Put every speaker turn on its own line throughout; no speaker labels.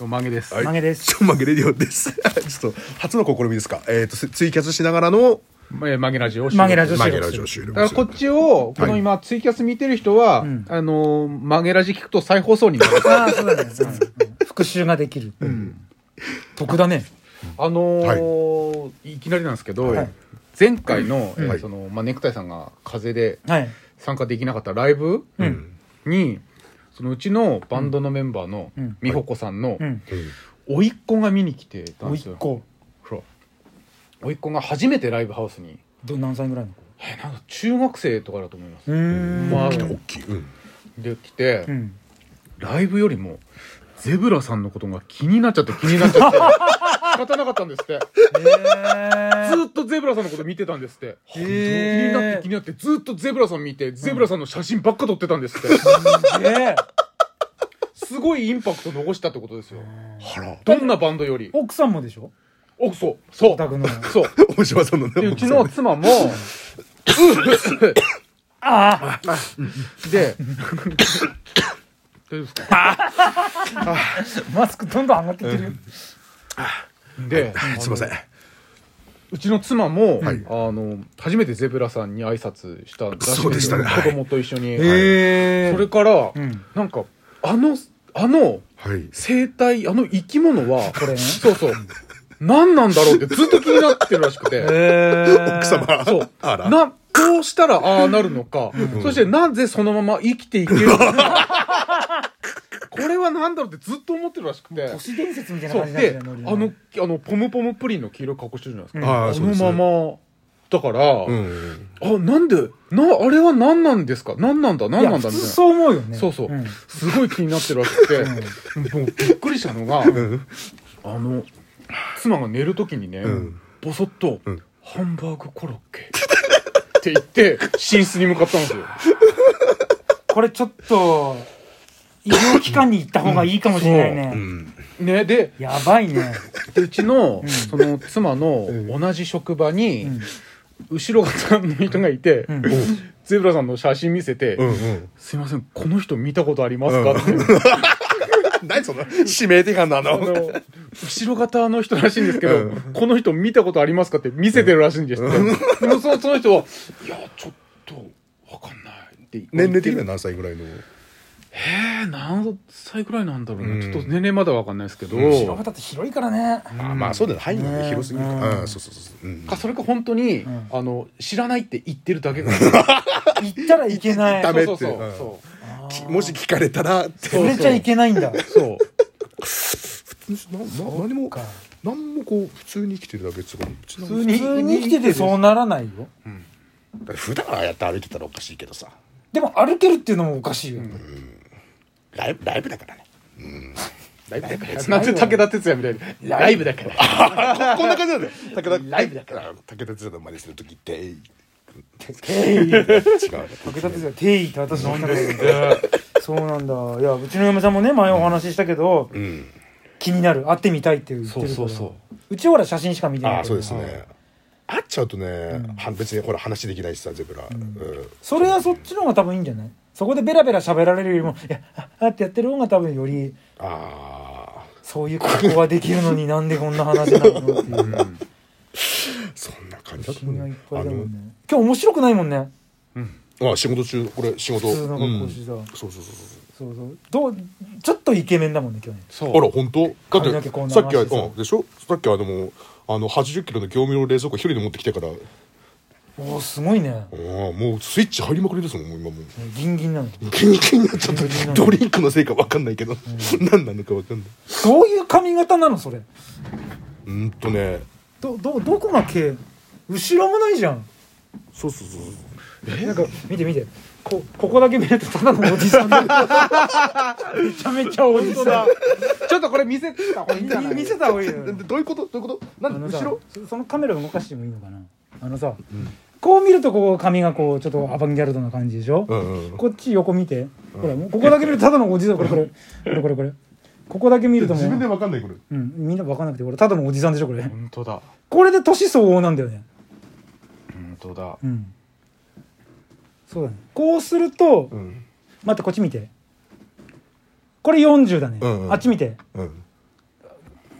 おまげです。
はい
曲げです
ちょ曲げレディオです。 ちょっと、初の試みですか。えっ、と、せツイキャスしながらの
えー曲げラジオ。
曲げラジオ
曲げラジオ終了
だからこっちを、この今、ツイキャス見てる人は、
ん
あのー、曲げラジ聞くと再放送になる。
ああそうだね、うんうん復習ができる、得だね
あのーい、きなりなんですけど、
はい
前回の、えー
はい
その、まあ、ネクタイさんが風邪で
はい
参加できなかったライブに、そのうちのバンドのメンバーの
うん
美穂子さんの
うん
甥っ子が見に来てたん
おい
です
っ
よ。
子
ほら甥っ子が初めてライブハウスに、
ど何歳ぐらいの子
えーなんか中学生とかだと思います。
うーん
まあ
大きい。うん。
で来て、
うん
ライブよりもゼブラさんのことが気になっちゃって気になっちゃって 仕方なかったんですってずーっとゼブラさんのこと見てたんですって
へ
気になって気
え
になってずーっとゼブラさん見てゼブラさんの写真ばっか撮ってたんですって、
すげえ
すごいインパクト残したってことですよ
はら。
どんなバンドより
奥さんもでしょ
おそうそ
お宅の
うそう
大島さんのね。
でうちの妻 も
ああ
で大丈夫ですか
マスクどんどん上がってきてる、
で
はいすいません。
うちの妻も、
はい
あの初めてゼブラさんに挨拶したらしいんですよ
そうでしたねはい
子供と一緒に、
へ
それから、
ん
なんかあのあの
はい。
生態あの生き物は
これ ね
そうそう何なんだろうってずっと気になってるらしくて
奥様。
そう
あら。
なこうしたらああなるのか、そしてなぜそのまま生きていけるのか これは何だろうってずっと思ってるらしくて
都市伝説みたいな
そ
感
う
じなん
で
だよね
あのあのポムポムプリンの黄色い格好してるじゃないですか、
ああ、そうですね
あのままだから、
うん。
あなんでなあれは何なんですか何なんだ
い
何
や
なん
普
だみたい
通
な
そう思うよね
そうそう、
ん
すごい気になってるらしくて、もうびっくりしたのが、
ん
あの妻が寝る時にね、
ん
ボソッと、
ん
ハンバーグコロッケ」って言って寝室に向かったんですよ。
これちょっと医療機関に行った方がいいかもしれないね、
うん。
ね、で
やばいね
でうちの,、その妻の
ん
同じ職場に、
ん
後ろ方の人がいて、
ん
ゼブラさんの写真見せて「
うんうん。
すいませんこの人見たことありますか?」って。
何その、指名手感な
あ
の。
の、後ろ方の人らしいんですけど、
うん
この人見たことありますかって見せてるらしいんですって。でもそのその人は、いや、ちょっと、わかんないって。
年齢的には
な。
何歳ぐらいの。
えー、何歳くらいなんだろう
うん
な。ちょっと年齢まだわかんないですけど。
うん
白旗って広いからね
あまあ、そうだよね。範囲がね
ね
広すぎるか
う
ら。
ん
うん、そうそうそう。うん
か、それか本当に、
ん
あの、知らないって言ってるだけか
行ったらいけな い
ダメっ
そ
て
うそう
うん
そう。
きもし聞かれたら。って
触れちゃいけないんだ
そう。
なな何も
か
何もこう普通に生きてるだけですからちなみ
普
普通に生きててそうならないよ
だから普段ああやって歩いてたらおかしいけどさ
でも歩けるっていうのもおかしいよ、
ライブライブだからねうんライブだから
なんで武田鉄矢みたいに。ライブだから。
ここんな感じなんだよ武田
ライブだか
あの武田哲也の真似する時って えい
定位
違う
武田鉄矢定位って私の女だけどそうなんだいやうちの嫁さんもね前お話ししたけど、
うん
気になる会ってみたいって言ってるから
そうそうそう
ちはほら写真しか見て
あ
ないけ
あ
ど
そうですね会っちゃうとねは別にほら話できないしさゼブラうん
それはそっちの方が多分いいんじゃないそこでベラベラ喋られるよりも「いやああ」ってやってる方が多分より
ああ
そういう格好ができるのになんでこんな話なのっていう
そんな感じだと思
君が
う
いっ
ね
ぱいだもんね今日面白くないもんね
あのあ仕事中これ仕事
普通の学校してさ
うんそうそうそうそう
そうそうどうちょっとイケメンだもんね去年
そ
あら本当
髪
だ
の
っ
毛こ
て
んな
さっきは、
回してさ
うん、でしょさっきはでもあの80キロの業務用冷蔵庫一人で持ってきてからあ
おおすごいね
ーもうスイッチ入りまくりですもんもう今もう
ギンギンなの
キンキンになっちゃったドリンクのせいか分かんないけど、何なのか分かんない
どういう髪型なのそれ
うーんとね
どどどこが毛後ろもないじゃん
そうそうそう
なんか見て見てこここだけ見るとただのおじさんだめちゃめちゃおじさん
ちょっとこれ見せた方がいいんじゃない
見見せた方がいいよ
でどういうことどういうことな
あ
ん
の
で
さ
後ろ
そそのカメラ動かしてもいいのかなあのさ、こう見るとこう髪がこうちょっとアバンギャルドな感じでしょ、
うんうん
こっち横見て、ほらもうここだけ見るとただのおじさんこれこれこれこれこれここだけ見るとも
自分で
う、
分かんないこれ
うん、みんな分かんなくてこれただのおじさんでしょこれ
本当だ。
これで年相応なんだよね
本当だ。
うんそうだねこうすると、
うん
待ってこっち見てこれ40だね、
うんうん
あっち見て
うん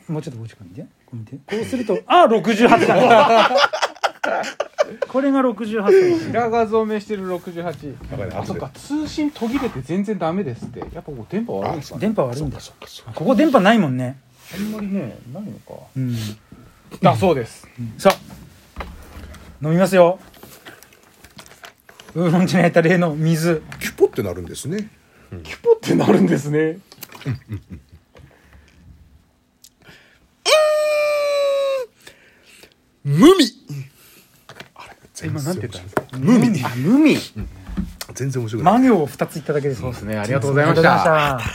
もうちょっとこっちから見てこう見てこうするとあ68だ ねこれが68歳
白髪染めしてる68
だから
あそっか通信途切れて全然ダメですってやっぱこう電波悪いんですかね
電波悪いんだ
そっかそっか
ここ電波ないもんね
あんまりねないのか
うん
だそうです
さあ飲みますよウーロン茶に入った例の水
キュポってなるんですね
キュポってなるんですね
無味
今なんて言ったんですか
無味
あ無味
全然面白くない
魔行を2ついっただけです
そうですねありがとうございました
ありがとうございました